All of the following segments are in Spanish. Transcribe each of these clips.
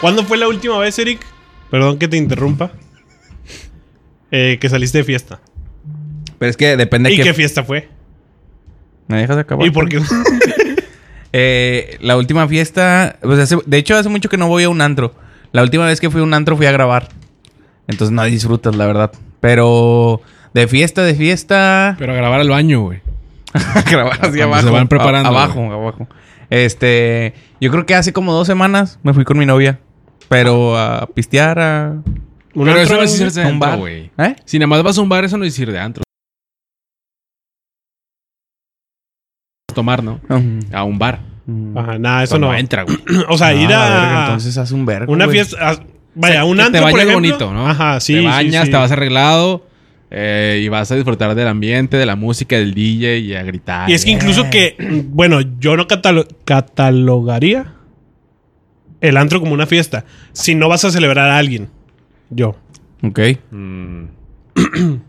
¿Cuándo fue la última vez, Eric? Perdón que te interrumpa. Eh, que saliste de fiesta. Pero es que depende ¿Y que... qué fiesta fue? ¿Me dejas acabar? ¿Y por qué? Eh, la última fiesta... pues, hace- de hecho, hace mucho que no voy a un antro. La última vez que fui a un antro fui a grabar. Entonces no disfrutas, la verdad. Pero... De fiesta, de fiesta... Pero a grabar al baño, güey. grabar Cuando así se abajo. van preparando, a- abajo, abajo. Este, yo creo que hace como dos semanas me fui con mi novia. Pero a pistear, a. ¿Un Pero antro, eso no güey? es irse de a un antro, bar. güey. ¿Eh? Si nada más vas a un bar, eso no es ir de antro. Tomar, ¿no? Ah, A un bar. Ajá, nada, eso Eso no, no. entra, güey. O sea, ir a entonces haz un vergo. una güey. fiesta... a- vaya, un que antro, te por bañas ejemplo. bonito, ¿no? Ajá, sí, te sí, bañas, sí. te vas arreglado eh, y vas a disfrutar del ambiente, de la música, del DJ y a gritar. Y es que incluso que, bueno, yo no catalo- catalogaría el antro como una fiesta. Si no vas a celebrar a alguien. Yo. Ok. Mm,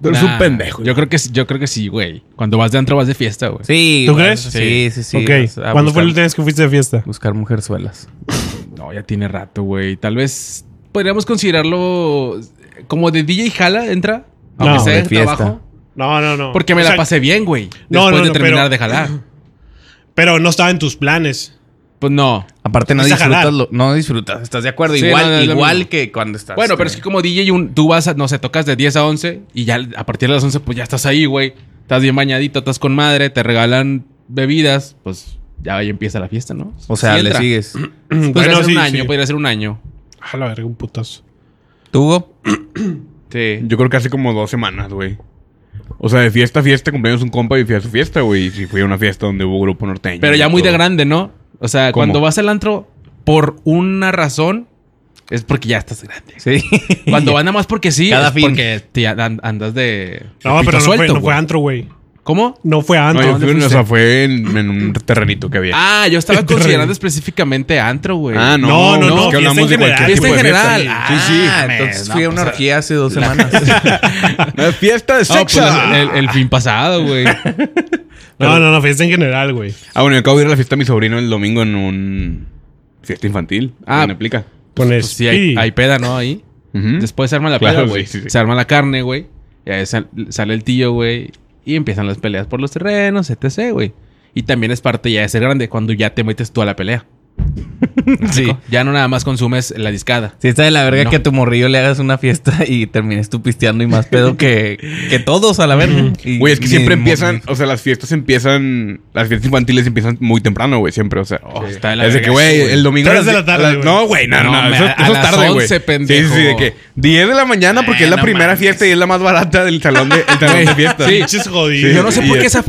Tú eres nah, un pendejo. Yo creo que sí- yo creo que sí, güey. Cuando vas de antro vas de fiesta, güey. Sí. ¿Tú güey, crees? Sí, sí, sí. ok. vas a ¿Cuándo buscar- fue la última vez que fuiste de fiesta? Buscar mujerzuelas. No, ya tiene rato, güey. Tal vez podríamos considerarlo como de DJ jala entra, aunque No, sea de de fiesta. trabajo. No, no, no. Porque me O la sea, pasé bien, güey. Después No, no, de no, terminar pero- de jalar. Pero no estaba en tus planes. Pues no. Aparte, no Es a jalar. disfrutas. lo- no disfrutas. ¿Estás de acuerdo? Sí, igual no, no, es lo igual mismo. que cuando estás. eh, Bueno, pero es que como DJ un- tú vas, a, no sé, tocas de 10 a 11 y ya a partir de las 11 pues ya estás ahí, güey. Estás bien bañadito, estás con madre, te regalan bebidas, pues ya ahí empieza la fiesta, ¿no? O sea, Sí le entra. Pues sigues. Podría Bueno, ser sí, un año, sí. podría ser un año. A la verga, un putazo. ¿Tú, Hugo? Sí. Yo creo que hace como dos semanas, güey. O sea, de fiesta a fiesta, cumpleaños un compa y fui a su fiesta, güey. Y sí, fui a una fiesta donde hubo grupo norteño. Pero ya y muy de todo. grande, ¿no? O sea, ¿Cómo? cuando vas al antro por una razón es porque ya estás grande. Sí. Cuando van nada más porque sí, Cada es fin. porque te an- andas de No, de pito pero no, fue, suelto, no fue güey. antro, güey. ¿Cómo? No fue No, antro. yo ¿Dónde fui, o fuiste? sea, fue en, en un terrenito que había. Ah, yo estaba Entre- considerando específicamente antro, güey. Ah, Ah, no, No, no, no, no. no, que hablamos fiesta de en cualquier general. tipo de Fiesta en general. fiesta. Sí, sí. Ah, mames, entonces no, fui a pues, una orgía hace dos semanas. Una fiesta de No, pues, sexo. el, el fin pasado, güey. No, no, no, fiesta en general, güey. Ah, bueno, yo acabo de ir a la fiesta de mi sobrino el domingo en un... Fiesta infantil. Ah. Ah. ¿Me aplica? Con Pues sí, hay, Speedy. hay peda, ¿no? Ahí. Ujú. Después se arma la Claro, peda, güey. sí, sí, sí. Se arma la carne, güey. Y ahí sal- sale el tío, güey. Y empiezan las peleas por los terrenos, etc., güey. Y también es parte ya de ser grande cuando ya te metes tú a la pelea. sí. ¿no? Ya no nada más consumes la discada. Si está de la verga No. que a tu morrillo le hagas una fiesta y termines tú pisteando y más pedo que, que todos a la verga. Y- Güey, es que ni- siempre ni- empiezan, ni- o sea, las fiestas empiezan, las fiestas infantiles empiezan muy temprano, güey, siempre, o sea. Oh, Sí. está de la Desde verga que, güey, eso, güey. el domingo. a Tres las de la di- tarde, a las- güey. No, güey, no, No, no, no, me- eso, a eso es las tarde, güey. 11, Sí, pendejo. sí, sí, de que 10 de la mañana porque es la no primera mames. fiesta y es la más barata del salón de, el salón de fiesta. Sí. Pinches jodidos. Sí, Yo no sé y por qué es- esa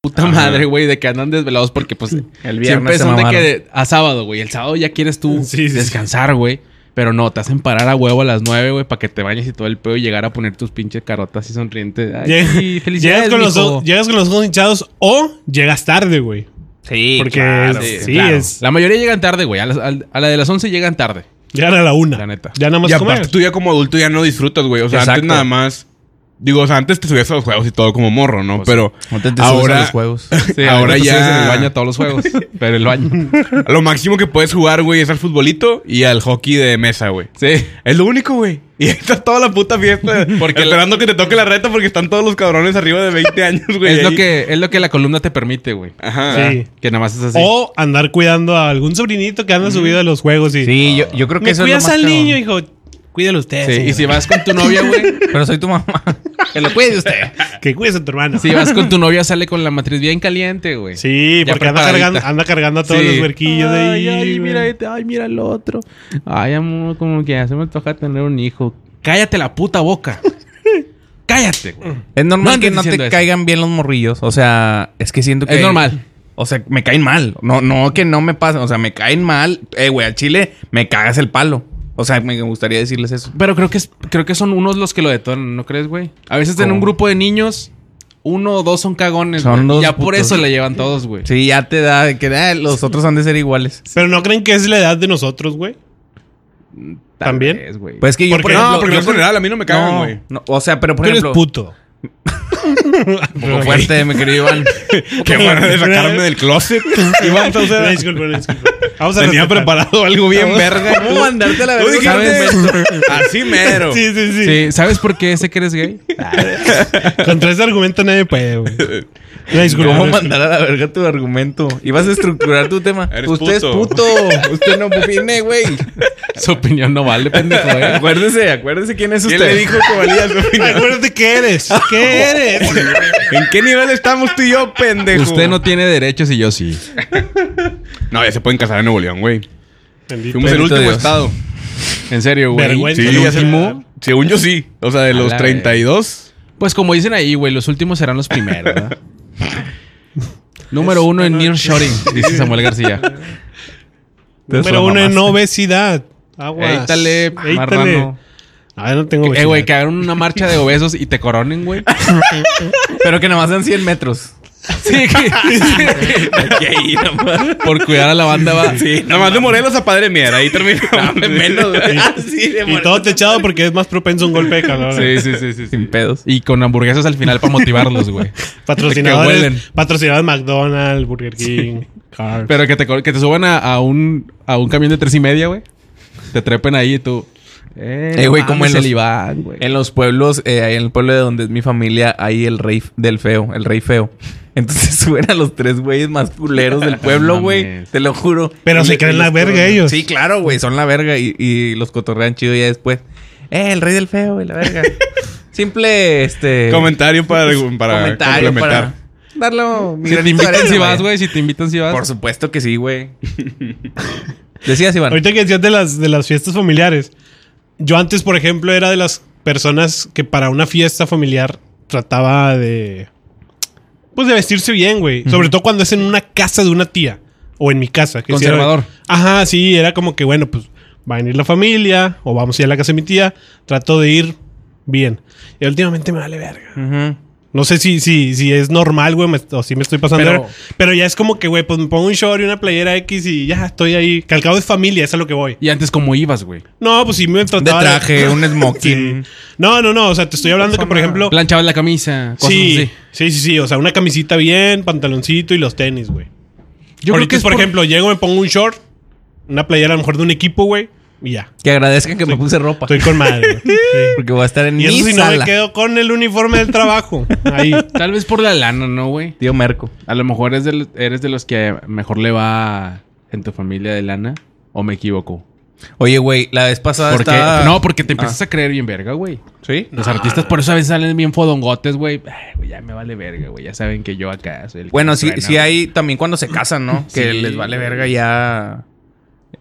puta Ajá. madre, güey, de que andan desvelados porque, pues, El siempre se son de mamaron. que a sábado, güey. El sábado ya quieres tú Sí, sí, descansar, güey. Pero no, te hacen parar a huevo a las nueve, güey, para que te bañes y todo el pedo y llegar a poner tus pinches carotas y sonriente. Ay, Llega- sí, Llegas felicidades, con, los mijo. ojos- llegas con los ojos hinchados o llegas tarde, güey. Sí, Porque claro. es- sí, Claro. es. La mayoría llegan tarde, güey. A, las- al- a la de las once llegan tarde. Llegan a la una. La neta. Ya nada más Y comer. aparte tú ya como adulto ya no disfrutas, güey, o sea, Exacto. antes nada más... Digo, o sea, antes te subías a los juegos y todo como morro, ¿no? Pero Antes te subes a ahora, los juegos. Sí, Ahora ahorita ya- ustedes en el baño a todos los juegos. pero el baño. lo máximo que puedes jugar, güey, es al futbolito y al hockey de mesa, güey. Sí. Es lo único, güey. Y está toda la puta fiesta. Porque esperando que te toque la reta porque están todos los cabrones arriba de 20 años, güey. es, lo ahí. que, es lo que la columna te permite, güey. Ajá. Sí. Que nada más es así. O andar cuidando a algún sobrinito que anda subido a los juegos y. Sí, yo, yo creo que Me eso cuidas es lo más al cabrón. niño, hijo. Cuídalo usted. Sí, y señora. si vas con tu novia, güey. Pero soy tu mamá. que lo cuide usted. Que cuides a tu hermano. Si vas con tu novia, sale con la matriz bien caliente, güey. Sí, Ya porque anda preparadita. cargando, anda cargando a todos Sí. los huerquillos de ahí. Ay, ay, mira güey. este, ay, mira el otro. Ay, amor, como que ya se me antoja tener un hijo. Cállate la puta boca. Cállate, güey. Es No normal andes que no te diciendo eso. caigan bien los morrillos. O sea, es que siento que... Es normal. O sea, me caen mal. No, no que no me pasen. O sea, me caen mal. Eh, güey, al chile me cagas el palo. O sea, me gustaría decirles eso. Pero creo que, es- creo que son unos los que lo detonan, ¿no crees, güey? A veces en un ¿Cómo? grupo de niños, uno o dos son cagones. güey. Son los ya por putos. eso le llevan todos, güey. Sí, ya te da... Que ah, los otros han de ser iguales. este. Pero no creen que es la edad de nosotros, güey. Tal ¿También? vez, güey. Pues es que yo, Porque por no, ejemplo... Ah, No, porque yo no es por- general, a mí no me cagan, güey. No, no, o sea, pero por Tú eres ejemplo... puto. Poco fuerte, mi querido Iván. Qué bueno de sacarme del closet. Iván Sauceda. Disculpa, disculpa. Vamos a Tenía respetar. preparado algo bien verga. ¿Cómo mandarte a la Tú verga? dijiste, ¿Sabes? Así mero. Sí, sí, sí, Sí, ¿sabes por qué sé que eres gay? Contra ese argumento nadie puede, güey. Una disculpa. ¿Cómo una disculpa. mandar a la verga tu argumento? Y vas a estructurar tu tema. Eres Usted puto. es puto. Usted no opine, güey. Su opinión no vale, pendejo, ¿eh? Acuérdese, acuérdese quién es usted. ¿Quién le dijo que valía su opinión? Acuérdate qué eres. ¿Qué eres? ¿En qué nivel estamos tú y yo, pendejo? Usted no tiene derechos y yo sí. No, ya se pueden casar en Nuevo León, güey. Bendito. Fuimos el Bendito último Dios. estado. En serio, güey. Vergüenza. Sí, ¿El ya se- último? Según yo sí. O sea, de los la 32. Pues como dicen ahí, güey, los últimos serán los primeros, ¿verdad? Número uno en Nearshoring, dice Samuel García. Número uno en obesidad. Aguas. Éítale, Éítale. marrano. Ah, no tengo Eh, obesidad. güey, que hagan una marcha de obesos y te coronen, güey. Pero que nomás sean 100 metros. Sí, que- Por cuidar a la banda, va. Sí, nada más de Morelos a Padre Mier. Ahí terminamos. menos. Así de Y todo techado porque es más propenso a un golpe de calor. Sí, sí, sí, sí, sí. Sin pedos. Y con hamburguesas al final para motivarlos, güey. Que huelen. Patrocinadores. Patrocinadores McDonald's, Burger King, Carl. Pero que te, cor- que te suban a, a un, a un camión de tres y media, güey. Te trepen ahí y tú. Eh, Eh, no güey, como mames, en los- el Iván, güey. En los pueblos, eh, ahí en el pueblo de donde es mi familia, hay el rey f- del feo, el rey feo. Entonces suben a los tres güeyes más culeros del pueblo, No güey. mames. Te lo juro. Pero Y se le- creen y la los verga coronan. ellos. Sí, claro, güey. Son la verga y, y los cotorrean chido ya después. Eh, el rey del feo, y la verga. Simple, este... Comentario para, para comentario complementar. para darlo... mi Si te granito de invitan arena, si vas, güey. Si te invitan si vas. Por supuesto que sí, güey. Decías, Iván. Ahorita que decías de las, de las fiestas familiares. Yo antes, por ejemplo, era de las personas que para una fiesta familiar trataba de. Pues de vestirse bien, güey. Sobre todo cuando es en una casa de una tía. O en mi casa. Que sí era- Conservador. ajá, sí, era como que, bueno, pues va a venir la familia. O vamos a ir a la casa de mi tía. Trato de ir bien. Y últimamente me vale verga. Ujú. No sé si, si, si es normal, güey, me- o si me estoy pasando. Pero- Pero, ya es como que, güey, pues me pongo un short y una playera X y ya estoy ahí. Que al cabo es familia, eso es a lo que voy. Y antes, ¿cómo ibas, güey? No, pues si me De trataba traje, un Sí. smoking. No, no, no. O sea, te estoy hablando que, por ejemplo. Planchabas la camisa. pues, Cosas Sí, así. sí, sí, sí. O sea, una camisita bien, pantaloncito y los tenis, güey. Yo creo Ahorita, que es por, ejemplo, llego, me pongo un short, una playera a lo mejor de un equipo, güey, y ya. Que agradezcan que me puse ropa. Estoy con madre. güey. Sí. Porque voy a estar en Y mi eso si no sala. me quedo con el uniforme del trabajo. Ahí. Tal vez por la lana, ¿no, güey? Tío Merco. A lo mejor eres de, eres de los que mejor le va en tu familia de lana. ¿O me equivoco? Oye, güey, la vez pasada Porque, estaba... No, porque te Ah. empiezas a creer bien verga, güey. ¿Sí? Los artistas por eso a veces salen bien fodongotes, güey. Ay, güey, Ya me vale verga, güey. Ya saben que yo acá soy el que Bueno, me sí, truena, sí güey. hay también cuando se casan, ¿no? Que les vale verga ya...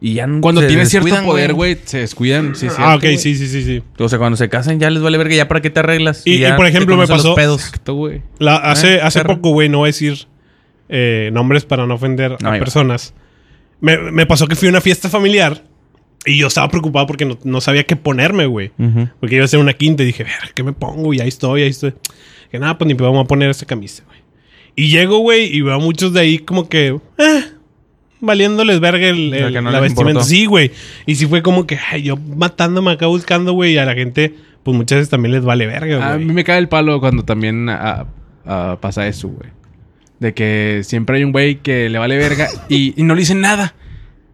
Y ya no Cuando se tienes cierto descuidan, poder, güey, se descuidan. Sí, es ah, cierto, ok, güey. sí, sí, sí, sí. O sea, cuando se casan ya les vale verga ya para qué te arreglas. Y- y, ya por te ejemplo, me conocen los pasó- pedos. Exacto, güey. La- hace Ah, hace perro. poco, güey, no voy a decir eh, nombres para no ofender No, ahí a va. personas. Me, me pasó que fui a una fiesta familiar y yo estaba preocupado porque no, no sabía qué ponerme, güey. Mm. Porque iba a ser una quinta y dije, ver, ¿qué me pongo? Y ahí estoy, ahí estoy. Que nada, pues ni me vamos a poner esa camisa, güey. Y llego, güey, y veo a muchos de ahí como que, eh, valiéndoles verga el- sea, el- que no la les vestimenta. importó. Sí, güey. Y sí fue como que, ay, yo matándome acá buscando, güey, y a la gente, pues muchas veces también les vale verga, A güey. mí me cae el palo cuando también ah, ah, pasa eso, güey. De que siempre hay un güey que le vale verga y, y no le dicen nada.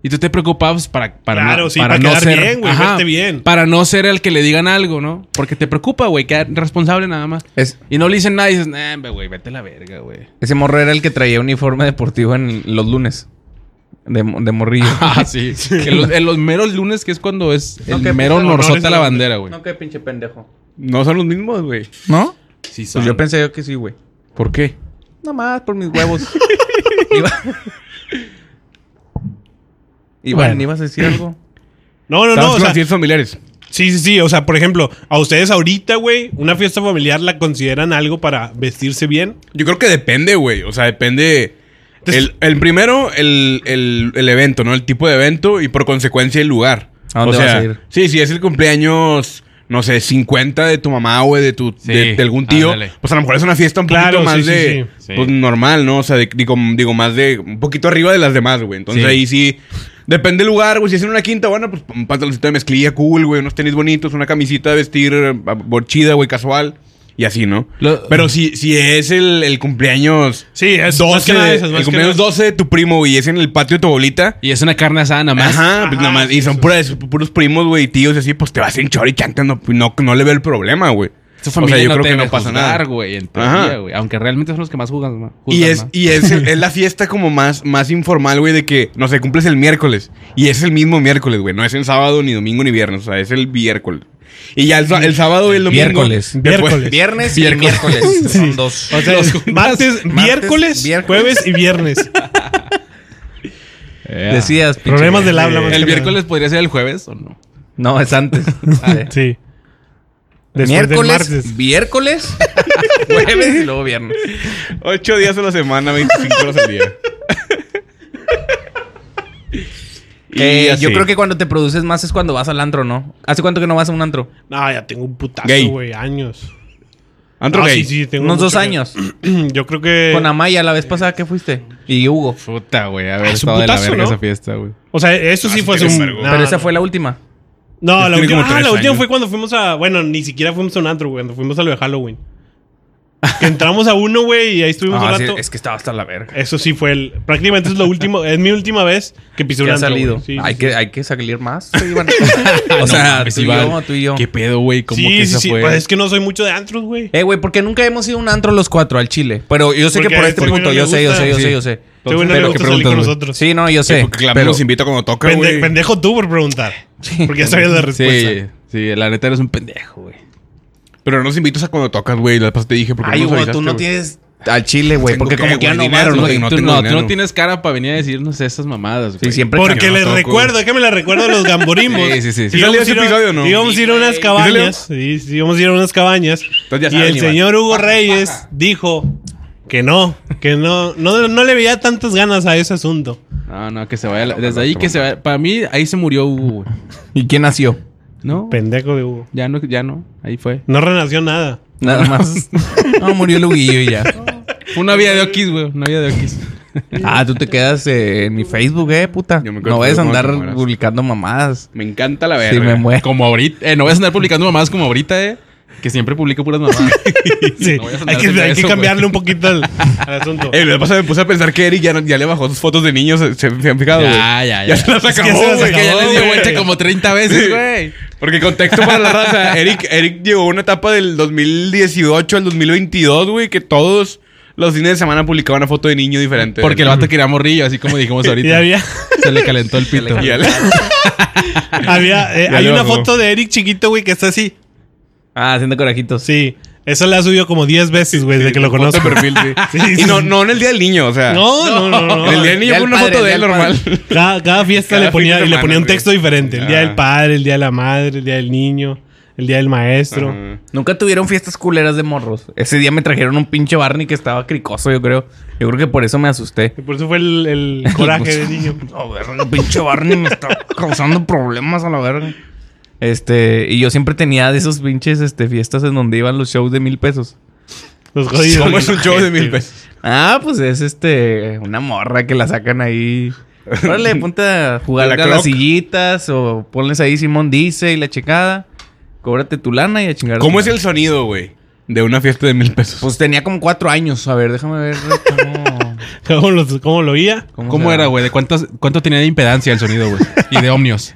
Y tú te preocupabas para, para Claro, no, sí, para quedar ser, bien, güey, ajá, verte bien. Para no ser el que le digan algo, ¿no? Porque te preocupa, güey, quedar responsable nada más. Es- Y no le dicen nada y dices, nah, hombre, güey, vete a la verga, güey. Ese morro era el que traía uniforme deportivo en los lunes. De, de morrillo. Ah, sí. En los, en los meros lunes, que es cuando es el No, que mero puta, honores norzote a a la la- bandera, güey. qué pinche pendejo. No son los mismos, güey. ¿No? Sí, son. Pues yo pensé yo que sí, güey. ¿Por qué? Nomás por mis huevos. Iba- Iván, Bueno. ¿ibas a decir algo? No, no, Estabas no. con O sea, las fiestas familiares. Sí, sí, sí. O sea, por ejemplo, a ustedes ahorita, güey, una fiesta familiar la consideran algo para vestirse bien. Yo creo que depende, güey. O sea, depende. El, el primero, el, el- el evento, ¿no? El tipo de evento y por consecuencia el lugar. ¿A dónde o sea, vas a ir? Sí, sí, es el cumpleaños, no sé, 50 de tu mamá, güey, de, tu, Sí, de, de algún tío. ándale. Pues a lo mejor es una fiesta un Claro, poquito sí, más sí, de. sí. Pues Sí. normal, ¿no? O sea, de- digo, digo, más de. Un poquito arriba de las demás, güey. Entonces Sí. ahí sí. Depende del lugar, güey. Si es en una quinta, bueno, pues un pantaloncito de mezclilla cool, güey. Unos tenis bonitos, una camisita de vestir eh, borchida, güey, casual. y así, ¿no? Lo- Pero si, si es el, el cumpleaños Sí, es más 12, que nada esas, más el que cumpleaños nada. 12 de tu primo, güey, y es en el patio de tu abuelita. Y es una carne asada nada más. Ajá, pues nada más. Y son puras- puros primos, güey, y tíos y así, pues te vas en chor y chanta, no, no, no le veo el problema, güey. Tu familia o sea, yo no creo te que debe no pasa juzgar, nada. güey, en Ajá. teoría, güey. Aunque realmente son los que más juzgan, ma- Y juzgan, es, ma. y es, el- es la fiesta como más, más informal, güey, de que, no sé, cumples el miércoles. Y es el mismo miércoles, güey. No es el sábado, ni domingo, ni viernes. O sea, es el miércoles. Y ya el, sa- el sábado y el domingo. Miércoles. después- Miércoles. Viernes y miércoles. Son dos. O sea, es martes, miércoles, miércoles. jueves y viernes. Decías. pinche- Problemas del habla. Eh, más que ¿El nada. miércoles podría ser el jueves o no? No, es antes. Sí. Después del martes. Ah, eh. miércoles, miércoles, jueves y luego viernes. Ocho días a la semana, 25 horas al día. Y Eh, yo así. creo que cuando te produces más es cuando vas al antro, ¿no? ¿Hace cuánto que no vas a un antro? No, ya tengo un Gay. putazo, güey. Años. Antro No, gay. Ah, sí, sí, tengo Unos mucho dos que- años. Yo creo que. Con Amaya la vez pasada que fuiste. Y Hugo. Puta, güey. A Ah, ver, es un estaba de la putazo, verga ¿no? Ah, esa fiesta, güey. O sea, eso sí sí fue hace tienes un. vergo. no, Pero esa no. fue la última. No, la Tiene como última, ah, tres la última años. fue cuando fuimos a. Bueno, ni siquiera fuimos a un antro, güey. Cuando fuimos a lo de Halloween. Que entramos a uno, güey, y ahí estuvimos Ah, un sí, rato. es que estaba hasta la verga. Eso sí fue el. Prácticamente es lo último. es mi última vez que pisé un Que ha antro. güey. salido. Sí, hay, sí, que, sí. hay que salir más. Iván. No o sea, mames, tú, y Iván. yo, tú y yo. ¿Qué pedo, güey? ¿Cómo Sí, que sí, esa sí. fue? Pues es que no soy mucho de antros, güey. Eh, güey, porque nunca hemos ido a un antro los cuatro al Chile. Pero yo sé que Porque por a este este güey punto, no yo le sé, yo gusta. sé, yo sé, yo sé. Este güey no le Pero gusta que salir preguntas, con güey. nosotros. Sí, no, yo Sí, sé. porque la pero- nos invita cuando toca, Pende- güey. pendejo tú por preguntar. Porque ya sabías la respuesta. Sí, sí, la neta eres un pendejo, güey. Pero no nos invitas a cuando tocas, güey. La pasada te dije porque Ay, no nos Hugo, avisaste, tú no güey? tienes al Chile, güey. Tengo Porque que, como que ya güey, no dinero, vas, güey, güey. no tú, tengo no, tú dinero. no tienes cara para venir a decirnos esas mamadas, güey. Sí, siempre. Porque No, le toco. recuerdo, déjame la recuerdo a los gamborimos. Sí, sí, sí. ¿Sí salió Íbamos ese a ir a- episodio o no? Íbamos a ir a unas Sí, cabañas. Sí, sí, íbamos a ir a unas cabañas. Entonces ya y saben, el Iván. señor Hugo Reyes dijo que no, que no, no, no le veía tantas ganas a ese asunto. No, no, que se vaya. la- Desde ahí que se vaya. Para mí, ahí se murió Hugo, güey. ¿Y quién nació? ¿No? Pendejo de Hugo. Ya no, ya no. Ahí fue. No renació nada. Nada más. No, murió el Huguillo y ya. Una vida de Oquis, güey. Una vida de Oquis. Ah, tú te quedas eh, en mi Facebook, eh, puta. Yo me acuerdo No vayas a cuando andar te mueras. publicando mamadas. Me encanta la Si verga. me muero. Como ahorita. Eh, no vas a andar publicando mamadas como ahorita, eh. Que siempre publico puras mamadas. Sí, No vayas a andar hay que, haciendo hay que eso, cambiarle güey. un poquito al, al asunto. Eh, lo que pasa es que me puse a pensar que Eric ya, ya le bajó sus fotos de niños. Se, se han fijado, güey. ya, ya, ya. se las Es que acabó, se las güey. Que ya les No, dio güey. vuelta como 30 veces, Sí. güey. Porque contexto para la raza, Eric, Eric llegó a una etapa del 2018 al 2022, güey, que todos los fines de semana publicaban una foto de niño diferente. Porque el vato quería morrillo, así como dijimos ahorita. y había, Se le calentó el pito. Y al- había eh, Ya hay le una bajó. foto de Eric chiquito, güey, que está así. Ah, haciendo corajitos. Sí, eso la ha subido como 10 veces, güey, desde que lo foto de conozco. perfil, sí. Sí, Y sí. no, no en el día del niño, o sea. No, no, no, no. En el día del niño Día fue del una padre, foto de día él del normal. Cada, cada fiesta Cada le ponía, fin de le semana, ponía un güey. texto diferente. El día Ah. del padre, el día de la madre, el día del niño, el día del maestro. Ajá. Nunca tuvieron fiestas culeras de morros. Ese día me trajeron un pinche Barney que estaba cricoso, yo creo. Yo creo que por eso me asusté. Y por eso fue el, el coraje del niño. No, verga, pinche Barney me está causando problemas a la verga. Este, y yo siempre tenía de esos pinches este, fiestas en donde iban los shows de mil pesos. Los jodidos. ¿Cómo es un show de mil pesos? Ah, pues es este, una morra que la sacan ahí. Órale, ponte a jugar De la a las clock. sillitas o ponles ahí Simón dice y la checada. Cóbrate tu lana y a chingar. a tu ¿Cómo es madre. el sonido, güey? De una fiesta de mil pesos. Pues tenía como cuatro años. A ver, déjame ver cómo, ¿Cómo, los- cómo lo oía? cómo ¿Cómo se era, llama. güey? ¿De cuántos, cuánto tenía de impedancia el sonido, güey? Y de omnios.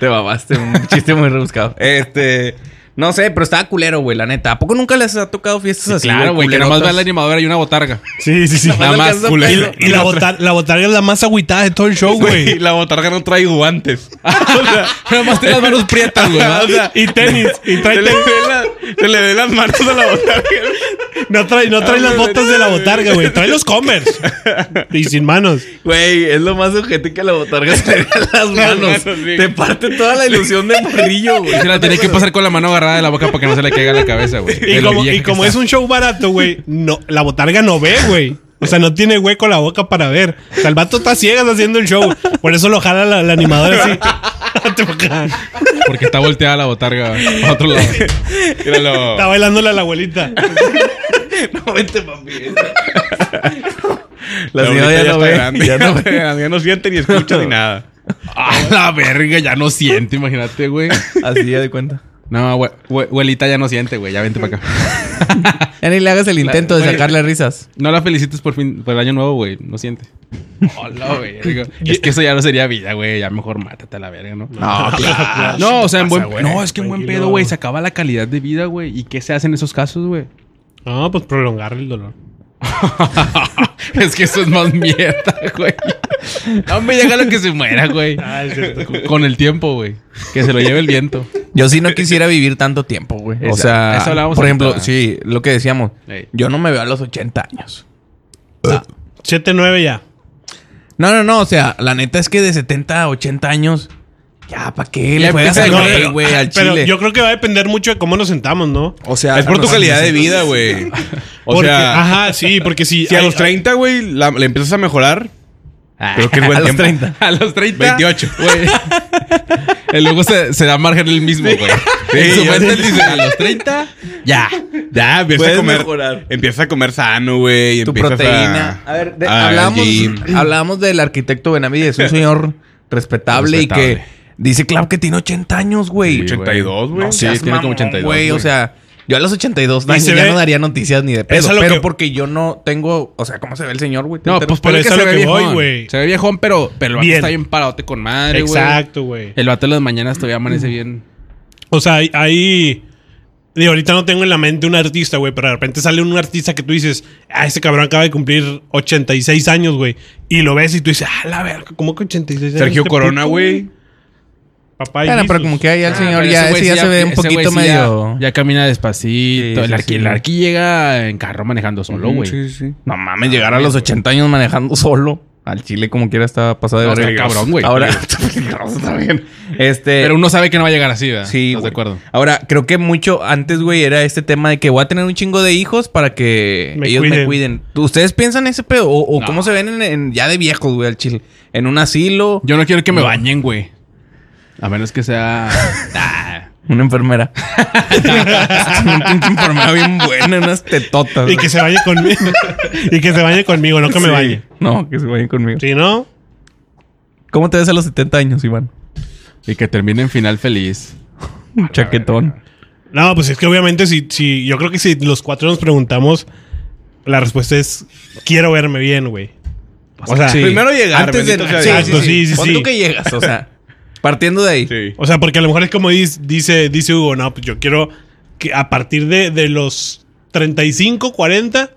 Te babaste, un chiste muy rebuscado. Este, no sé, pero estaba culero, güey, la neta. ¿A poco nunca les ha tocado fiestas así? claro, güey. Que nada más ve culerotas? la animadora y una botarga. Sí, sí, sí. Nada más, Y la- culero. Y, la, botar- la botarga es la más agüitada de todo el show, Güey, güey. la botarga no trae guantes. O sea, Nada más tiene las manos prietas, güey. ¿verdad? o sea, Y tenis. Y trae se, le tenis. ve la- se le ve las manos a la botarga. No trae, no trae las botas de la botarga, güey. Trae los Converse. Y sin manos. Güey, es lo más urgente que la botarga se le vea las manos. manos, sí. Te parte toda la ilusión de morrillo, güey. Y se la tenía que pasar con la mano agarrada de la boca para que no se le caiga la cabeza, güey. Y De lo como, vieja y que como es está. un show barato, güey, no, la botarga no ve, güey. O sea, no tiene hueco la boca para ver. O sea, el vato está ciegas haciendo el show. Por eso lo jala la, la animadora así. Hazte pa' acá. Porque está volteada la botarga güey, a otro lado. Míralo. está bailándole a la abuelita. No, vente, papi. La La señora señora ya no está ve, grande. ya no Ya no siente ni escucha ni nada. A la verga, ya no siente, imagínate, güey. Así ya de cuenta. No, güey, güey, güelita ya no siente, güey. Ya vente para acá. Ya ni le hagas el intento de güey. sacarle risas. No la felicites por fin, por el año nuevo, güey. No siente. Hola, güey. Digo, Es que eso ya no sería vida, güey. Ya mejor mátate a la verga, ¿no? No, claro. No, o sea, en buen, pasa, güey? no, es que en buen Tranquilo. pedo, güey, se acaba la calidad de vida, güey. ¿Y qué se hace en esos casos, güey? No, pues prolongar el dolor. es que eso es más mierda, güey. No me llega lo que se muera, güey. Ah, es cierto. Con el tiempo, güey. Que se lo lleve el viento. Yo sí no quisiera vivir tanto tiempo, güey. O Exacto. sea, Eso hablábamos por ahorita. ejemplo, sí, lo que decíamos. Ey. Yo no me veo a los 80 años. Ah. 7, 9 ya. No, no, no. O sea, la neta es que de 70 a 80 años, ya, ¿para qué? Le Ya juegas al empieza No, a güey, güey, al pero chile. yo creo que va a depender mucho de cómo nos sentamos, ¿no? O sea, es por tu calidad de vida, güey. O Porque- sea, ajá, sí, porque si. si a hay- los 30, güey, la- le empiezas a mejorar, creo que es buen a los tiempo. 30. A los 30. 28. Güey. El luego se, se da margen el mismo, güey. en su ya mente sé. él dice, a los 30, ya. Ya, empieza a Puedes comer. mejorar. Empieza a comer sano, güey. tu empiezas proteína. A, ver, de- al hablábamos, gym. hablábamos del arquitecto Benavides, un señor respetable y que Respetable. dice, claro que tiene 80 años, güey. Sí, 82, güey. No seas Sí, tiene como mamón, 82, Güey, o güey. sea, yo a los 82 Y años se ya ve- no daría noticias ni de pedo. Es a lo Pero que- porque yo no tengo, o sea, ¿cómo se ve el señor, güey? No, Te- pues te- por Pero eso es a se lo ve que voy, viejón. güey. se ve viejón, pero, pero el vato Bien. está bien paradote con madre, güey. Exacto, güey. El vato de las mañanas todavía amanece bien. O sea, hay- hay. Digo, ahorita no tengo en la mente un artista, güey, pero de repente sale un artista que tú dices, ah, ese cabrón acaba de cumplir 86 años, güey. Y lo ves y tú dices, ah, la verga, ¿cómo que 86 años? Sergio este Corona, puto, güey. Papá y Bueno, pero Jesus. como que ahí el Ah, señor pero ese ya, ese güey ya sí se ve un ese güey poquito sí ya- medio... Ya, camina despacito. Sí, el, sí, arqui, sí. el arqui llega en carro manejando solo, güey. Sí, sí. No mames, llegar a los 80 años manejando solo. Al chile, como quiera, está pasado de No, está verga. cabrón, güey. Ahora, está peligroso también. Este, Pero uno sabe que no va a llegar así, ¿verdad? Sí, ¿Estás de güey. acuerdo? Ahora, creo que mucho antes, güey, era este tema de que voy a tener un chingo de hijos para que Me ellos me cuiden. cuiden. ¿Ustedes piensan ese pedo? ¿O, o No. cómo se ven en, en- ya de viejos, güey, al chile? ¿En un asilo? Yo no quiero que me No. bañen, güey. A menos que sea. Ah, Una enfermera. una pinche enfermera bien buena, unas tetotas. Y que se bañe conmigo. y que se bañe conmigo, no que me Sí. bañe. No, que se vayan conmigo. Si no, ¿Cómo te ves a los 70 años, Iván? y que termine en final feliz. Ah, Un chaquetón. no, pues es que obviamente si, si, yo creo que si los cuatro nos preguntamos, la respuesta es, quiero verme bien, güey. O sea, Sí. Primero llegar, Antes de... bendito sea Sí, Dios. Exacto, sí, sí. sí, sí, Pon sí. tú que llegas, o sea, partiendo de ahí. Sí. O sea, porque a lo mejor es como dis- dice, dice Hugo, no, pues yo quiero que a partir de, de los 35, 40,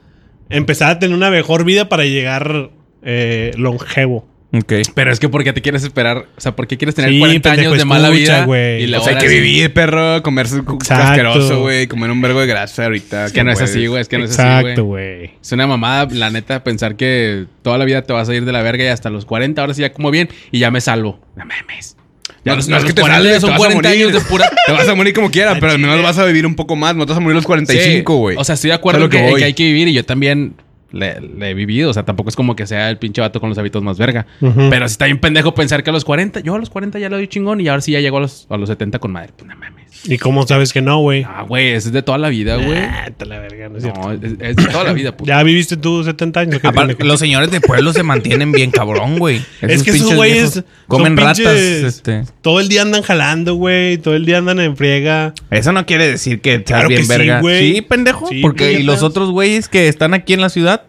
empezar a tener una mejor vida para llegar eh, longevo. Ok. Pero es que porque te quieres esperar. O sea, ¿por qué quieres tener Sí, 40 años pendejo, de mala escucha, vida? güey. Y O O luego sea, hay que ahora sí? vivir, perro, comerse un Exacto. casqueroso, güey, comer un vergo de grasa ahorita. Es que no es puedes. así, güey. Es que no es así, Exacto, güey. güey. Es una mamada, la neta, pensar que toda la vida te vas a ir de la verga y hasta los 40 ahora sí ya como bien y ya me salvo. No mames. Ya No, los- no es los que te 40 salves, son te vas a 40 años de morir. pura. Te vas a morir como quieras, pero al menos vas a vivir un poco más. No te vas a morir a los 45, Sí. güey. O sea, estoy de acuerdo Es a lo que que, voy. que hay que vivir y yo también le, le he vivido. O sea, tampoco es como que sea el pinche vato con los hábitos más verga. Ujú. Pero sí está bien pendejo pensar que a los 40, yo a los 40 ya lo doy chingón y ahora sí ya llego a los, a los 70 con madre. Pues no mames. ¿Y cómo sabes que no, güey? Ah, güey, eso es de toda la vida, güey. Ah, te la verga, no es cierto. No, es, es de toda la vida, puta. Ya viviste tú 70 años. ¿qué Aparte, pendejo? los señores de pueblo se mantienen bien cabrón, güey. es que esos pinches güeyes viejos comen son ratas. pinches- Este. Todo el día andan jalando, güey. Todo el día andan en friega. Eso no quiere decir que seas Claro que bien sí, verga. güey. Sí, pendejo. Sí, porque y puñetas. los otros güeyes que están aquí en la ciudad,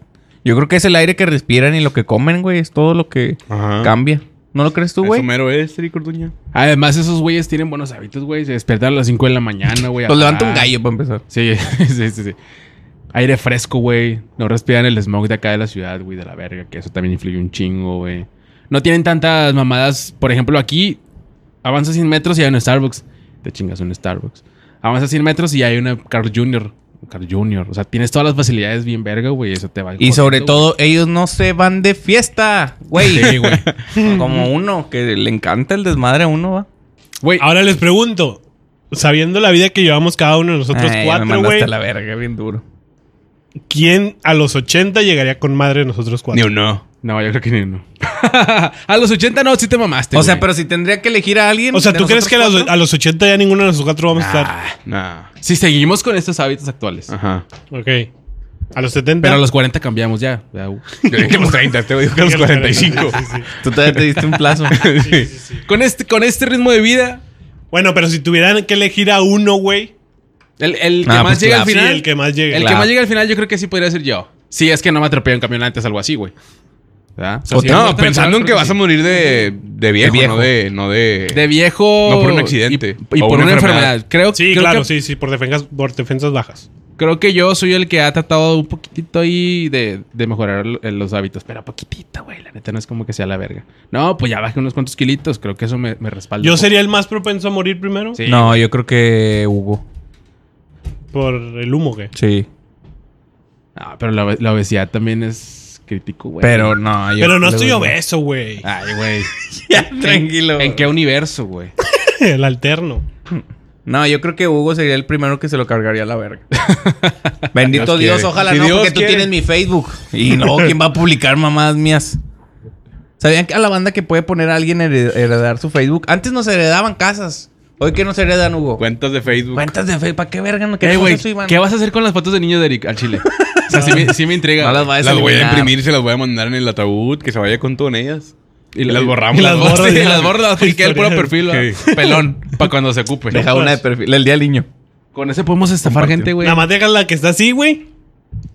yo creo que es el aire que respiran y lo que comen, güey. Es todo lo que Ajá. cambia. ¿No lo crees tú, Eso güey? mero es, Tri Corduña. Además, esos güeyes tienen buenos hábitos, güey. Se despiertan a las 5 de la mañana, güey. a Pues Ah. levanta un parar. gallo para empezar. Sí, sí, sí, sí. Aire fresco, güey. No respiran el smog de acá de la ciudad, güey, de la verga, que eso también influye un chingo, güey. No tienen tantas mamadas. Por ejemplo, aquí avanzas 100 metros y hay un Starbucks. Te chingas un Starbucks. Avanzas 100 metros y hay una Carl Jr. Carl Jr. O sea, tienes todas las facilidades bien verga, güey. Eso te va. Y jodiendo, sobre güey. todo, ellos no se van de fiesta, güey. Sí, güey. Como uno que le encanta el desmadre a uno, va. Güey, Ahora les pregunto, sabiendo la vida que llevamos cada uno de nosotros Ay, Eh, ya me cuatro, mandaste güey, a la verga, bien duro. ¿quién a los 80 llegaría con madre de nosotros Ni cuatro? uno. no, yo creo que ni uno. a los 80 no, sí te mamaste. o sea, güey. pero si tendría que elegir a alguien. O sea, de ¿tú crees nosotros que a los, cuatro? a los 80 ya ninguno de nosotros cuatro vamos a Ah, Nah. si seguimos con estos hábitos Ah. actuales. Ajá. estar? Ok. ¿A los 70? Pero a los 40 cambiamos ya. Ya, güey. Yo dije que los 30, te digo que los 45. Sí, sí, Tú todavía te diste un plazo. sí, sí, sí. Con este, con este ritmo de vida, Bueno, pero si tuvieran que elegir a uno, güey. El, el que Ah, más pues llega claro. al Sí, final. el que más llegue. El Claro. que más llega al final, yo creo que sí podría ser yo. Sí, es que no me atropelló un camión antes, algo así, güey. ¿Verdad? O sea, O sí, te- es No, muerte pensando natural, en que creo vas sí. a morir de, de viejo, viejo. no de... No de... De viejo. No por un accidente. Y, y O por una, una enfermedad. enfermedad. Creo, Sí, creo claro, que, sí, sí, por defensas, por defensas bajas. Creo que yo soy el que ha tratado un poquitito ahí de, de mejorar lo- eh, los hábitos. Pero poquitito, güey. La neta no es como que sea la verga. No, pues ya bajé unos cuantos kilitos. Creo que eso me, me respalda. Yo un poco. sería el más propenso a morir primero Sí. No, yo creo que Hugo. por el humo, güey. Sí. Ah, pero la, obe- la obesidad también es crítico, güey. Pero no, yo. Pues Pero no estoy luego- obeso, güey. Ay, güey. Ya, tranquilo. ¿En qué universo, güey? El alterno. No, yo creo que Hugo sería el primero que se lo cargaría a la verga. Bendito Dios Dios, quiere. ojalá Si no, Dios porque tú quiere. tienes mi Facebook. Y no, ¿quién va a publicar mamadas mías? ¿Sabían que a la banda que puede poner a alguien hered- heredar su Facebook? Antes nos heredaban casas. Hoy que nos heredan, Hugo. Cuentas de Facebook. Cuentas de Facebook. ¿Para qué verga no Ey, queremos güey, eso, Iván? ¿Qué vas a hacer con las fotos de niños de Eric al chile? O sea, sí me, sí me intriga. No las vayas Las voy a eliminar. imprimir, se las voy a mandar en el ataúd, que se vaya con todo en ellas. Y las borramos. y las dos. borro, Sí, ya. las borro, las que el puro Historial. perfil, ¿verdad? pelón, para cuando se ocupe. Deja una de perfil. El día del niño. Con ese podemos estafar gente, güey. Nada más deja la que está así, güey.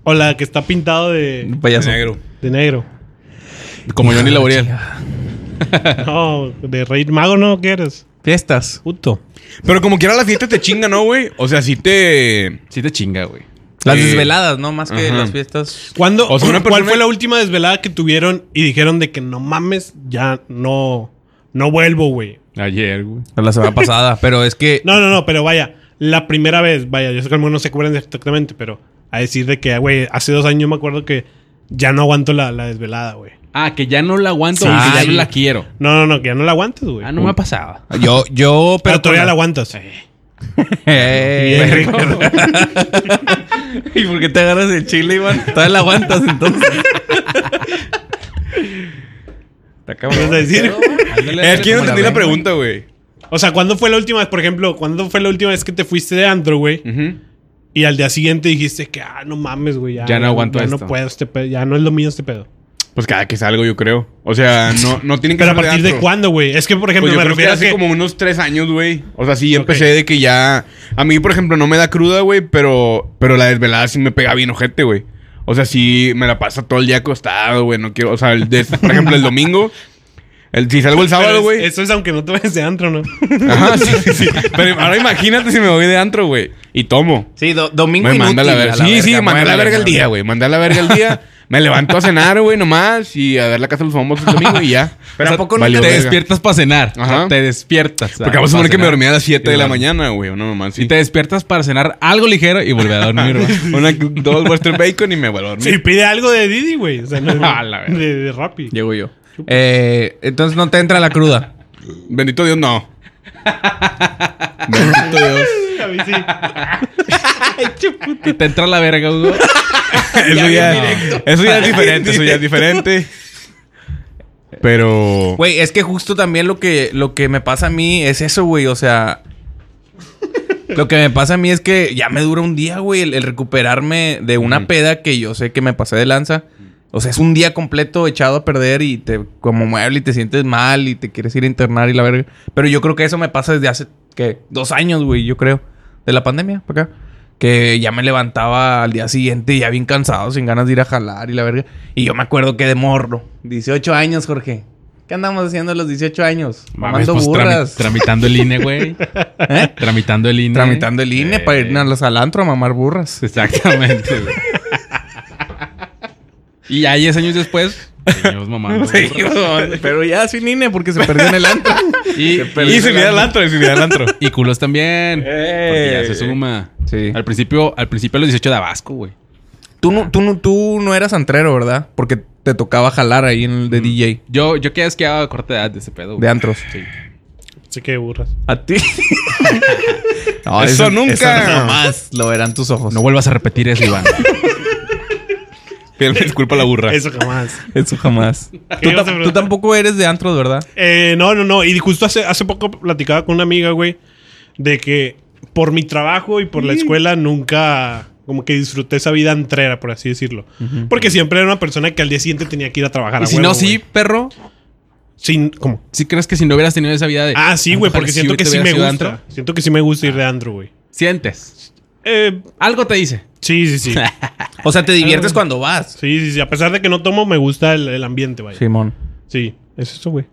O la que está pintado de, Un payaso. Negro. de negro. Como Ah, Johnny Laboriel. No, de rey mago no quieres. Fiestas. Puto. Pero como quiera la fiesta te chinga, ¿no, güey? O sea, sí te... Sí te chinga, güey. Las Sí. desveladas, ¿no? Más que Ajá. las fiestas. ¿Cuándo, O sea, una ¿Cuál persona- fue la última desvelada que tuvieron y dijeron de que no mames, ya no, no vuelvo, güey? Ayer, güey. La semana pasada. Pero es que. No, no, no, pero vaya, la primera vez, vaya, yo sé que algunos no se acuerdan exactamente, pero a decir de que, güey, hace dos años yo me acuerdo que ya no aguanto la, la desvelada, güey. Ah, que ya no la aguanto, Sí. güey, que Ay. ya no la quiero. No, no, no, que ya no la aguantas, güey. Ah, no me ha pasado. Yo, yo, pero, pero. todavía la aguantas. Eh, Ey, Bien perro. rico. ¿Y por qué te agarras el chile, Iván? Todavía la aguantas entonces. Te acabo Es decir, Es que yo no entendí la pregunta, güey. o sea, ¿cuándo fue la última vez, por ejemplo, cuándo fue la última vez que te fuiste de antro, güey? Ujú. Y al día siguiente dijiste que, ah, no mames, güey, ya, Ya no aguanto ya esto. no puedo este pedo, ya no es lo mío este pedo. Pues cada que salgo, yo creo. O sea, no, no tiene que Pero a ser partir de antro. cuándo, güey? Es que, por ejemplo, Pues yo me creo que refiero a hace que... como unos tres años, güey. O sea, sí, yo Ok. empecé de que ya... A mí, por ejemplo, no me da cruda, güey, pero, pero la desvelada sí me pega bien ojete, güey. O sea, sí me la pasa todo el día acostado, güey. No quiero... O sea, el de- por ejemplo, el domingo... El, si salgo el Pero sábado, es- güey... Eso es aunque no te vayas de antro, ¿no? Ajá, sí, sí, sí. Pero ahora imagínate si me voy de antro, güey. Y tomo. Sí, do- domingo Me manda a la inútil, verga. a Sí, sí, verga, mandé a la muévele, verga el muévele. día, güey. Mandé a la verga el día. Me levanto a cenar, güey, nomás. Y a ver la casa de los famosos el domingo y ya. Pero ¿a poco nunca Valió Te verga. despiertas para cenar. Ajá. O sea, te despiertas. Porque vamos a poner poner que me dormí a las 7 de la Sí, mañana, güey. o No, nomás. Y te despiertas para cenar algo ligero y volver a dormir, güey. Una, dos Western Bacon y me vuelvo a dormir. Sí, pide algo de Didi, güey. O sea, no, A la verga. de, de Rappi. Llego yo. Eh, entonces no te entra la cruda. Bendito Dios, no. Bendito Dios. A mí sí. Y te entra la verga, Hugo. Eso ya, eso ya es diferente, eso ya es diferente. Pero... Güey, es que justo también lo que, lo que me pasa a mí es eso, güey. O sea, lo que me pasa a mí es que ya me dura un día, güey, el, el recuperarme de una peda que yo sé que me pasé de lanza. O sea, es un día completo echado a perder y te como mueble y te sientes mal y te quieres ir a internar y la verga. Pero yo creo que eso me pasa desde hace, ¿qué? Dos años, güey, yo creo. De la pandemia para acá. Que ya me levantaba al día siguiente ya bien cansado, sin ganas de ir a jalar y la verga. Y yo me acuerdo que de morro. 18 años, Jorge. ¿Qué andamos haciendo a los 18 años? Mames, Mamando pues, trami- burras. tramitando el INE, güey. ¿Eh? Tramitando el INE. Tramitando el INE para irnos al antro a mamar burras. Exactamente, güey. Y ya 10 años después, seguimos mamando. Pero ya sin INE porque se perdió en el antro. Y, Y se y, me da el antro, y se me da el antro. y culos también. Porque ya se suma. Sí. Al principio, al principio a los 18 de Abasco, güey. Tú no, tú, no, tú no eras antrero, ¿verdad? Porque te tocaba jalar ahí en el de DJ. Yo, yo quedé asqueado de corta edad de ese pedo, güey. De antros. Sí. Sé que burras. ¿A ti? No, Eso nunca. jamás lo verán tus ojos. No vuelvas a repetir eso, Iván. Pídeme disculpa a la burra. Eso jamás. Eso jamás. ¿Qué Tú, ibas a ta- preguntar? tú tampoco eres de antros, ¿verdad? Eh, no, no, no. Y justo hace, hace poco platicaba con una amiga, güey, de que por mi trabajo y por la escuela nunca como que disfruté esa vida entrera, por así decirlo. Porque siempre era una persona que al día siguiente tenía que ir a trabajar. y a si huevo, no, sí, güey. perro. Sin, como, ¿Sí crees que si no hubieras tenido esa vida de. ah, sí, güey, Ojalá porque si siento que sí hubiera me sido gusta. antro? Siento que sí me gusta ir de antro, güey. Sientes. Eh, Algo te dice. Ah. sí, sí, sí. O sea, te diviertes cuando vas. Sí, sí, sí. A pesar de que no tomo, me gusta el, el ambiente, vaya. Sí. Simón. es eso, güey.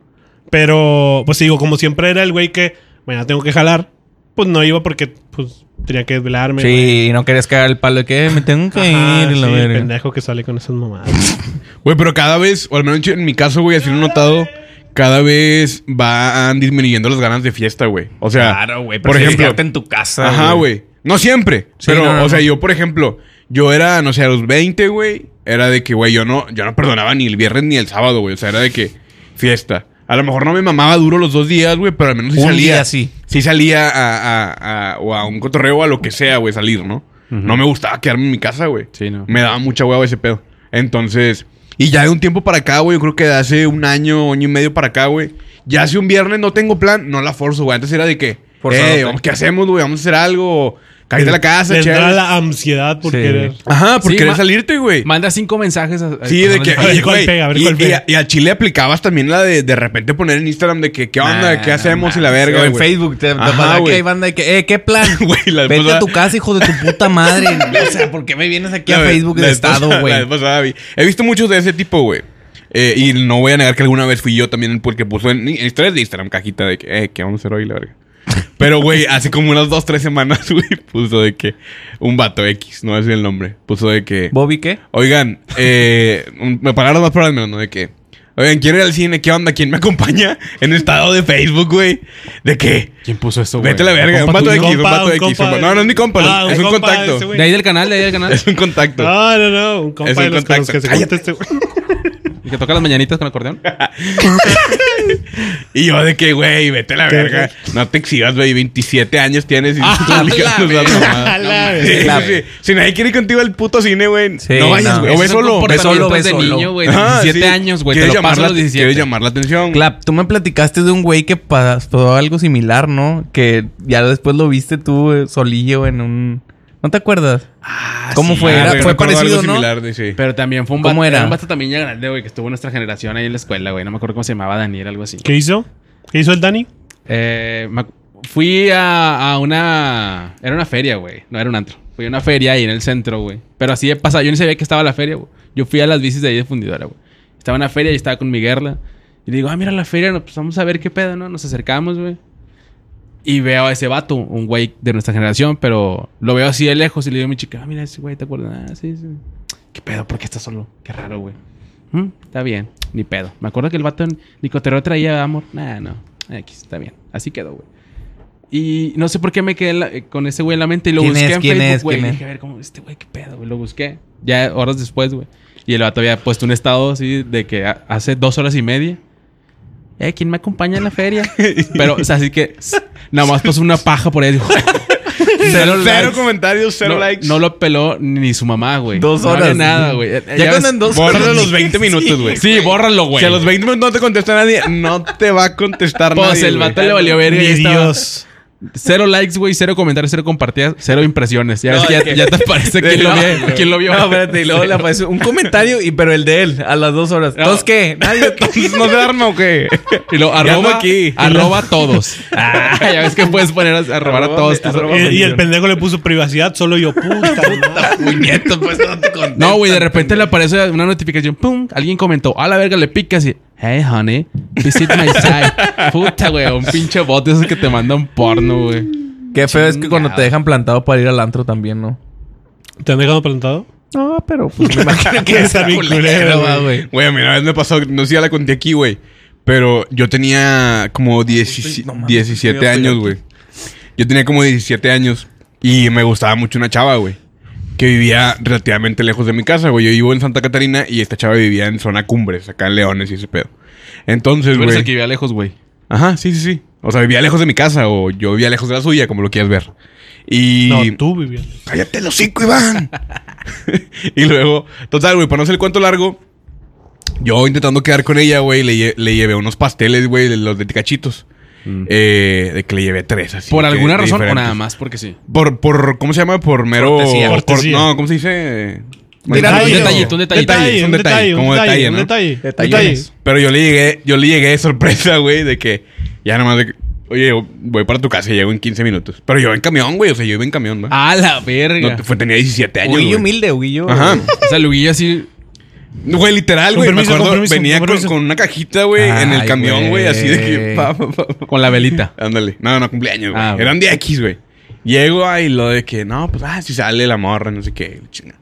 Pero, pues digo, como siempre era el güey que mañana tengo que jalar, pues no iba porque, pues, tenía que desvelarme. güey. Sí, y no querías cagar el palo de que me tengo que Ajá, ir. y sí, la el verga. pendejo que sale con esas mamadas. Güey, pero cada vez, o al menos en mi caso, güey, así lo he notado, cada vez van disminuyendo las ganas de fiesta, güey. O sea, Claro, güey. por ejemplo, en tu casa. ajá, güey. No siempre, Sí, pero, no, no, o sea, no. yo, por ejemplo, yo era, no sé, a los 20, güey, era de que, güey, yo no, yo no perdonaba ni el viernes ni el sábado, güey. O sea, era de que fiesta. A lo mejor no me mamaba duro los dos días, güey, pero al menos sí Un salía. día sí. Sí salía a, a- a- o a un cotorreo o a lo que sea, güey, salir, ¿no? No me gustaba quedarme en mi casa, güey. Sí, no. Me daba mucha hueva ese pedo. Entonces, y ya de un tiempo para acá, güey, yo creo que de hace un año, año y medio para acá, güey. Ya hace un viernes no tengo plan, no la forzo, güey. Antes era de que, Forzándote. eh, vamos, ¿qué hacemos, güey? Vamos a hacer algo. Cállate a la casa, Les da chévere. la ansiedad por Sí. querer. Ajá, por Sí, querer ma- salirte, güey. Manda cinco mensajes a. Sí, de que. A ver oye, cuál güey, pega, a ver y, cuál y pega. a- y al Chile aplicabas también la de de repente poner en Instagram de que, ¿qué onda? Nah, ¿Qué hacemos? nah. y la verga. Ah, O en güey. Facebook te, te Ajá, pasa que güey. hay banda de que, eh, ¿qué plan? Güey, la Vete esposa- a tu casa, hijo de tu puta madre. o sea, ¿por qué me vienes aquí a La vez- Facebook la de vez pasada- estado, la vez güey? pasada vi- He visto muchos de ese tipo, güey. Eh, y no voy a negar que alguna vez fui yo también porque puso en, en historias de Instagram cajita de que, eh, ¿qué vamos a hacer hoy, la verga? Pero, güey, hace como unas dos, tres semanas, güey, puso de que un vato X, no voy a decir el nombre, puso de que, ¿Bobby qué? oigan, eh, un- me pagaron más por al menos, ¿no? De que, oigan, quiero ir al cine, ¿qué onda? ¿Quién me acompaña? En estado de Facebook, güey, de que, ¿Quién puso eso, güey? vete a la verga, un compa vato tuyo. X, un Compa, vato un X. un compa vato- no, no es mi compa, Ah, es un compa contacto. ese, güey. Ah. De ahí del canal, de ahí del canal. Es un contacto. No, no, no. Un compa Es un de los con los contacto. que se junta este güey. Y que toca las mañanitas con acordeón. Y yo de que, güey, vete a la ¿Qué? verga. No te exhibas, güey. 27 años tienes y Ah, tú publicando la esas verga. mamadas. Ala, Sí, güey. sí, La- sí. Si nadie quiere ir contigo al puto cine, güey, Sí, Eh, no vayas, no. güey. O ve Esos son solo. ve solo, ve comportamientos de solo. niño, güey. de Ajá, 17 Ah, sí. años, güey. Te Quieres lo llamar pasas la- a los 17. Quieres llamar la atención. Clap, tú me platicaste de un güey que pasó algo similar, ¿no? Que ya después lo viste tú eh, solillo en un... ¿No te acuerdas? ¿Cómo Ah, Sí, fue? güey, Era- me fue acuerdo algo parecido, ¿no? similar de- sí. Pero también fue un ¿Cómo vato, era? era un vato también ya grande, güey, que estuvo en nuestra generación ahí en la escuela, güey. No me acuerdo cómo se llamaba Daniel, algo así. ¿Qué hizo? ¿Qué hizo el Dani? Eh, me ac- fui a, a una. Era una feria, güey. No era un antro. Fui a una feria ahí en el centro, güey. Pero así de pasado. Yo ni sabía que estaba la feria, güey. Yo fui a las bicis de ahí de fundidora, güey. Estaba en la feria y estaba con mi guerla. Y le digo, ah, mira la feria, no, pues vamos a ver qué pedo, ¿no? Nos acercamos, güey. Y veo a ese vato, un güey de nuestra generación, pero lo veo así de lejos y le digo a mi chica, ah, mira ese güey, ¿te acuerdas? Ah, sí, sí. ¿Qué pedo? ¿Por qué está solo? Qué raro, güey. Mm, Está bien, ni pedo. Me acuerdo que el vato en Nicotero traía amor. Nah, no. X, está bien. Así quedó, güey. Y no sé por qué me quedé en la- eh, con ese güey en la mente y lo ¿Quién busqué es? en ¿Quién Facebook, es? güey. ¿Quién Y es? dije, a ver, ¿cómo este güey? ¿Qué pedo, güey? Lo busqué. Ya horas después, güey. Y el vato había puesto un estado así de que a- hace dos horas y media. Eh, ¿quién me acompaña en la feria? Pero, o sea, así que s- nada más puso una paja por ahí. dijo, Cero, Cero likes. comentarios, cero no, likes. no lo peló ni su mamá, güey. Dos No había horas. nada, güey. Eh, Ya ya cuando ves- en dos Borra horas- los 20 minutos, güey. Sí, bórralo, güey. Si a los 20 minutos no te contesta nadie, no te va a contestar Pues, nadie. el güey. vato le valió verga. y Ni estaba- Dios. Cero likes, güey, cero comentarios, cero compartidas, cero impresiones. Ya, No, ves que es ya, que- ya te parece quién lo vio. ¿Quién lo vio? No, espérate, y luego le aparece un comentario, y pero el de él, a las dos horas. No. ¿Entonces qué? Nadie. ¿No se arma o qué? Y lo arroba ando aquí. Arroba todos. Ah, ya ves que puedes poner a, a robar a Arróbame, todos. tus- arróbame. Eh, Y, y el pendejo le puso privacidad, solo yo. Puta, madre. Puñeto, pues no te conté. No, güey, de repente le aparece una notificación. Pum, alguien comentó. A la verga le picas y. Hey, honey, visit my site. Puta, güey, un pinche bot de esos que te mandan porno, güey. Pues, Qué feo es que cuando te dejan plantado para ir al antro también, ¿no? ¿Te han dejado plantado? No, pero pues me imagino que Está bien culero, va, güey. Güey, a mí una vez me pasó, no sé si ya la conté aquí, güey. Pero yo tenía como dieci- no mames, 17 estoy años, aquí. güey. Yo tenía como 17 años y me gustaba mucho una chava, güey. Que vivía relativamente lejos de mi casa, güey. Yo vivo en Santa Catarina y esta chava vivía en zona cumbres, acá en Leones y ese pedo. Entonces, Tú eres güey. el que vive lejos, güey. Ajá, sí, sí, sí. O sea, vivía lejos de mi casa o yo vivía lejos de la suya, como lo quieras ver. Y. No, tú, Vivian. ¡Cállate los cinco, Iván! y luego, total, güey, para no hacer el cuento largo, yo intentando quedar con ella, güey, le, lle- le llevé unos pasteles, güey, de los de cachitos. Eh, de que le llevé tres, así. ¿Por que- alguna de razón o diferentes. nada más? Porque sí. Por, por, ¿cómo se llama? Por mero... Cortesía. cor- Cortesía. no, ¿cómo se dice? Tirar Detalle. un detallito, un detallito. Detalle, un detalle. Como detalle, un ¿no? detalle, un detalle. Detallones. Pero yo le llegué, yo le llegué de sorpresa, güey, de que ya nomás de que, oye, voy para tu casa y llego en 15 minutos. Pero yo iba en camión, güey, o sea, yo iba en camión, güey. A la verga. No, te- fue, tenía 17 años. Huillo güey. humilde, huillo. Ajá. O sea, Luguillo así. Güey, Con literal, güey. Me permiso, acuerdo, con permiso, venía con con, permiso. con una cajita, güey, en el Ay, camión, güey, así de que. güey. pa, pa, pa, pa. Con la velita. Ándale. No, no, cumpleaños, güey. Ah, güey. Eran de X, güey. Llego ahí lo de que, no, pues, ah, si sale la morra, no sé qué, chinga.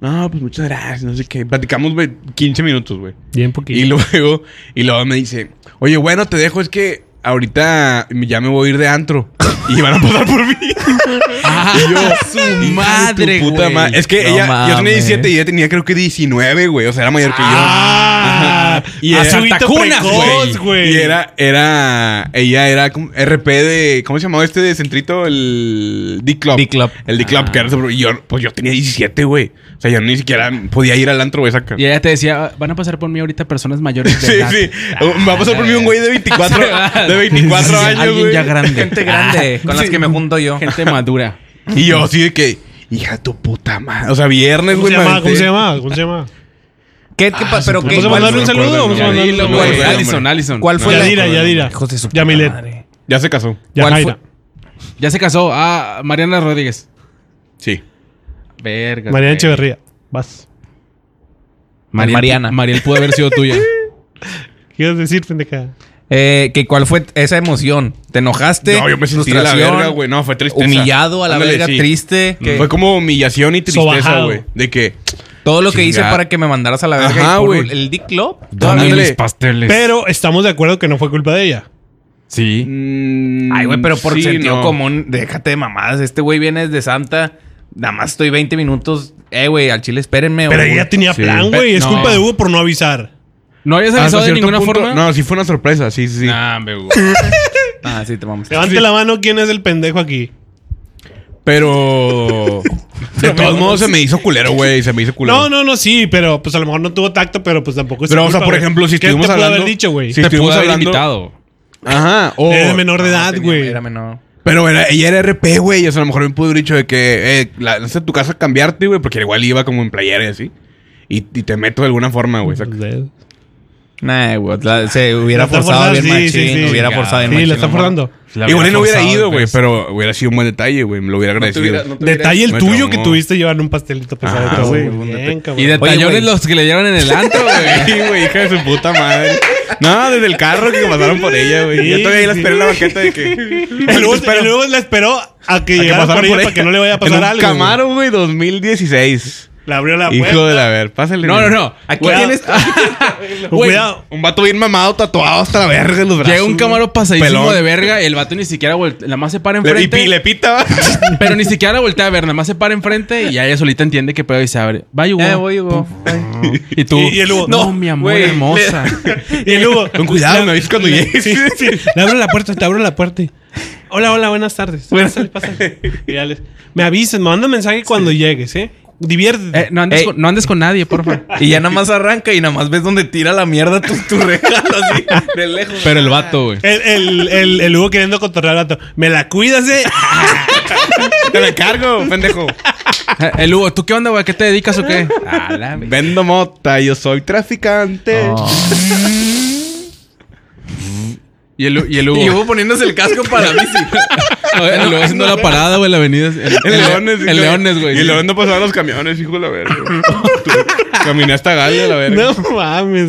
No, pues muchas gracias, no sé qué. Platicamos, güey, 15 minutos, güey. Bien poquito. Y luego, y luego me dice, oye, bueno, te dejo, es que ahorita ya me voy a ir de antro. Y van a pasar por mí. Ah, Hijo de su tu madre, puta güey. ma- Es que No ella, yo tenía mames. 17 y ella tenía creo que 19, güey. O sea, era mayor que yo. Ah, Ajá. Y a era- su hito Tacunas, precoz, güey. Y era, era, ella era como RP de, ¿cómo se llamaba este de centrito? El D-Club. D-Club. El D-Club, que Ah. era sobre- y yo, pues yo tenía 17, güey. O sea, yo ni siquiera podía ir al antro, güey, saca. Y ella te decía, van a pasar por mí ahorita personas mayores de Sí, edad". Ah, sí. Va a pasar por mí un güey de 24, de 24 años, Alguien güey. ya grande. Gente grande. Con las que me junto Ah, yo. Gente madura. Y yo así de que, hija de tu puta madre. O sea, viernes, ¿Cómo güey. se me llama? aventé- ¿Cómo se llama? ¿Cómo se llama? ¿Qué, qué, pa- pero ¿Vamos qué, a cuál, mandarle un no me saludo? acuerdo, ¿Vamos a ya mandarle un dilo, saludo? güey. Güey, Allison, Allison. cuál fue Yadira, la... Yadira. Hijos de su puta Yamilet. madre. Ya se casó. Ya, ¿Cuál Jaira. fue? Ya se casó. Ah, Mariana Rodríguez. Sí. Verga. Mariana güey. Echeverría. Vas. Mariel- Mariana. Mariel pudo haber sido tuya. ¿Qué ibas a decir, pendeja? Eh, que ¿Cuál fue esa emoción? ¿Te enojaste? No, yo me sentí de la ¿Frustración? verga, güey. No, fue tristeza. Humillado a la Ándale, verga, sí. Mm. triste. que Fue como humillación y tristeza, Sobajado. güey. De que. todo lo que hice Chingada. para que me mandaras a la verga. y Ajá, por güey. El Dick Club. Dame todavía- mis pasteles. Pero estamos de acuerdo que no fue culpa de ella. Sí. mm, Ay, güey, pero por sí, sentido no. común, déjate de mamadas. Este güey viene desde Santa. Nada más estoy 20 minutos. Eh, güey, al chile espérenme. Pero o- ella tenía sí. plan, güey. Es No. culpa de Hugo por no avisar. ¿No habías Ah, Hasta avisado de cierto ninguna punto- forma? No, sí fue una sorpresa, sí, sí. sí. Nah, me Ah, sí, te vamos. Levante la mano quién es el pendejo aquí. Pero. de todos modos, se me hizo culero, güey. Se me hizo culero. No, no, no, sí, pero pues a lo mejor no tuvo tacto, pero pues tampoco es Pero, su o sea, culpa, por güey. ejemplo, si ¿Qué estuvimos te pudo hablando- haber dicho, güey? Sí. Oh, Te estuvimos pudo haber hablando- invitado. Ajá. O, Era Eh, de menor de edad, Tenía- güey. Era menor. Pero era- ella era RP, güey. O sea, a lo mejor me pudo haber dicho de que, eh, la, no sé, tu casa cambiarte, güey, porque igual iba como en playera y así. Y, y te meto de alguna forma, güey. saca. Pues, Nah, güey. la- Se hubiera La está forzado forzando, bien machín. Hubiera Chingado. forzado bien Sí, machín. la está forzando. Igual y no hubiera ido, güey, pero hubiera sido un buen detalle, güey. Me lo hubiera agradecido. Detalle el Me tuyo traumó. que tuviste llevar un pastelito pesado, Ajá, todo, güey, güey. un Bien, detalle. cabrón. Y de Oye, tallones güey. los que le llevan en el antro, güey. Sí, güey, hija de su puta madre. No, desde el carro que pasaron por ella, güey. Yo Sí, todavía ahí la sí. esperé en la banqueta de que. Y luego, Espero- y luego la esperó a que a que llegara por pasaran ella para que no le vaya a pasar en un algo. güey. Camaro, güey, 2016. Le abrió la puerta. Hijo de la ver, pásale. No, no, no. Aquí Güey, ah, tienes. güey, Cuidado. Un vato bien mamado, tatuado hasta la verga en los brazos. Llega un camaro pasadísimo Pelón. de verga y el vato ni siquiera voltea. Nada más se para Le, y enfrente. pi- le pita, va. Pero ni siquiera voltea a ver. Nada más se para enfrente y ya ella solita entiende que pedo y se abre. Vaya, Eh, Hugo. voy, Hugo. Y tú. Y- y el Hugo, No, "No, mi amor güey, hermosa. Y luego. Con cuidado, me avisas cuando llegues. Sí, sí. Le abro la puerta, te abro la puerta. y, Hola, hola, buenas tardes. Pásale, pásale. Y ya les- me avisan, me mandan mensaje cuando llegues, ¿eh? Diviértete. Eh, no, andes Ey. con, no andes con nadie, porfa. Y ya nada más arranca y nada más ves donde tira la mierda tu, tu regalo así de lejos. Pero el vato, güey. El, el, el, el Hugo queriendo controlar al gato. Me la cuidas, eh. Te la cargo, pendejo. Eh, El Hugo, ¿tú qué onda, güey? ¿A ¿Qué te dedicas o qué? A la verga. Vendo mota, yo soy traficante. Oh. Y el, y el Hugo. Y Hugo poniéndose el casco para la bici. Oye, El Hugo haciendo la parada, güey, en la avenida. El, El el- Leones. El Leones, güey. Y el Leones no pasaban los camiones, hijo de la verga. Tú- Caminé hasta Galia, la verga. No mames.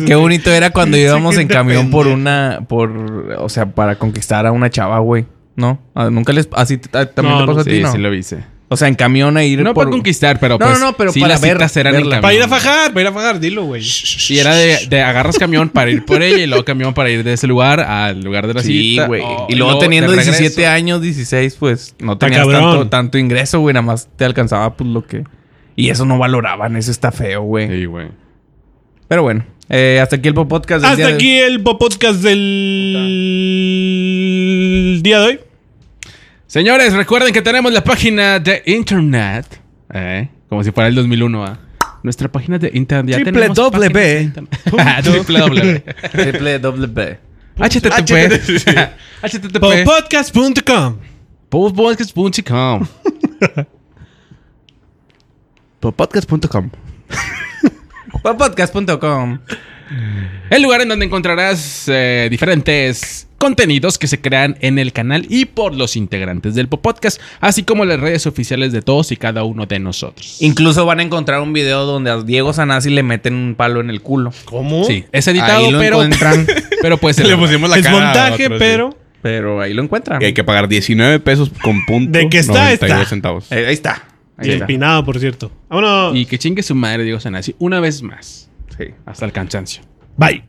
Qué güey. bonito era cuando Sí, íbamos qué en camión por pendejo. una. por O sea, para conquistar a una chava, güey. ¿No? Ah, Nunca les. Así t- ah, también No, te pasó no, a ti, Sí, ¿no? sí lo hice. O sea, en camión a ir. No por- para conquistar, pero No, pues... no, no, pero sí, para las ver- citas eran en verla. camión. Para ir a fajar, para ir a fajar, dilo, güey. Y era de, de agarras camión para ir por ella y luego camión para ir de ese lugar al lugar de la Sí, cita. güey. Oh, y luego teniendo de regreso. 17 años, 16, pues no Está tenías cabrón. tanto, tanto ingreso, güey. Nada más te alcanzaba, pues lo que. Y eso no valoraban, eso está feo, güey. Sí, güey. Pero bueno, eh, hasta aquí el podcast. del Hasta día de- aquí el podcast del día de hoy. Señores, recuerden que tenemos la página de internet. ¿eh? Como si fuera el 2001, ¿ah? Nuestra página de internet. Ya Triple tenemos W. páginas de internet. Triple W. WWW. HTTP. HTTP. Podcast.com. Popodcast.com. Por podcast.com. Por podcast.com. El lugar en donde encontrarás eh, diferentes contenidos que se crean en el canal y por los integrantes del podcast, así como las redes oficiales de todos y cada uno de nosotros. Incluso van a encontrar un video donde a Diego Sanasi le meten un palo en el culo. ¿Cómo? Sí, es editado, Ahí lo pero, encuentran. pero pues Le pusimos la es cara a montaje, otro, sí. pero. Pero ahí lo encuentran. Y hay que pagar 19 pesos con punto. ¿De qué está, 92 está? centavos. Eh, ahí está. Ahí Y está. empinado, por cierto. Vámonos. Y que chingue su madre, Diego Sanasi, una vez más, Sí. hasta el cansancio. Bye.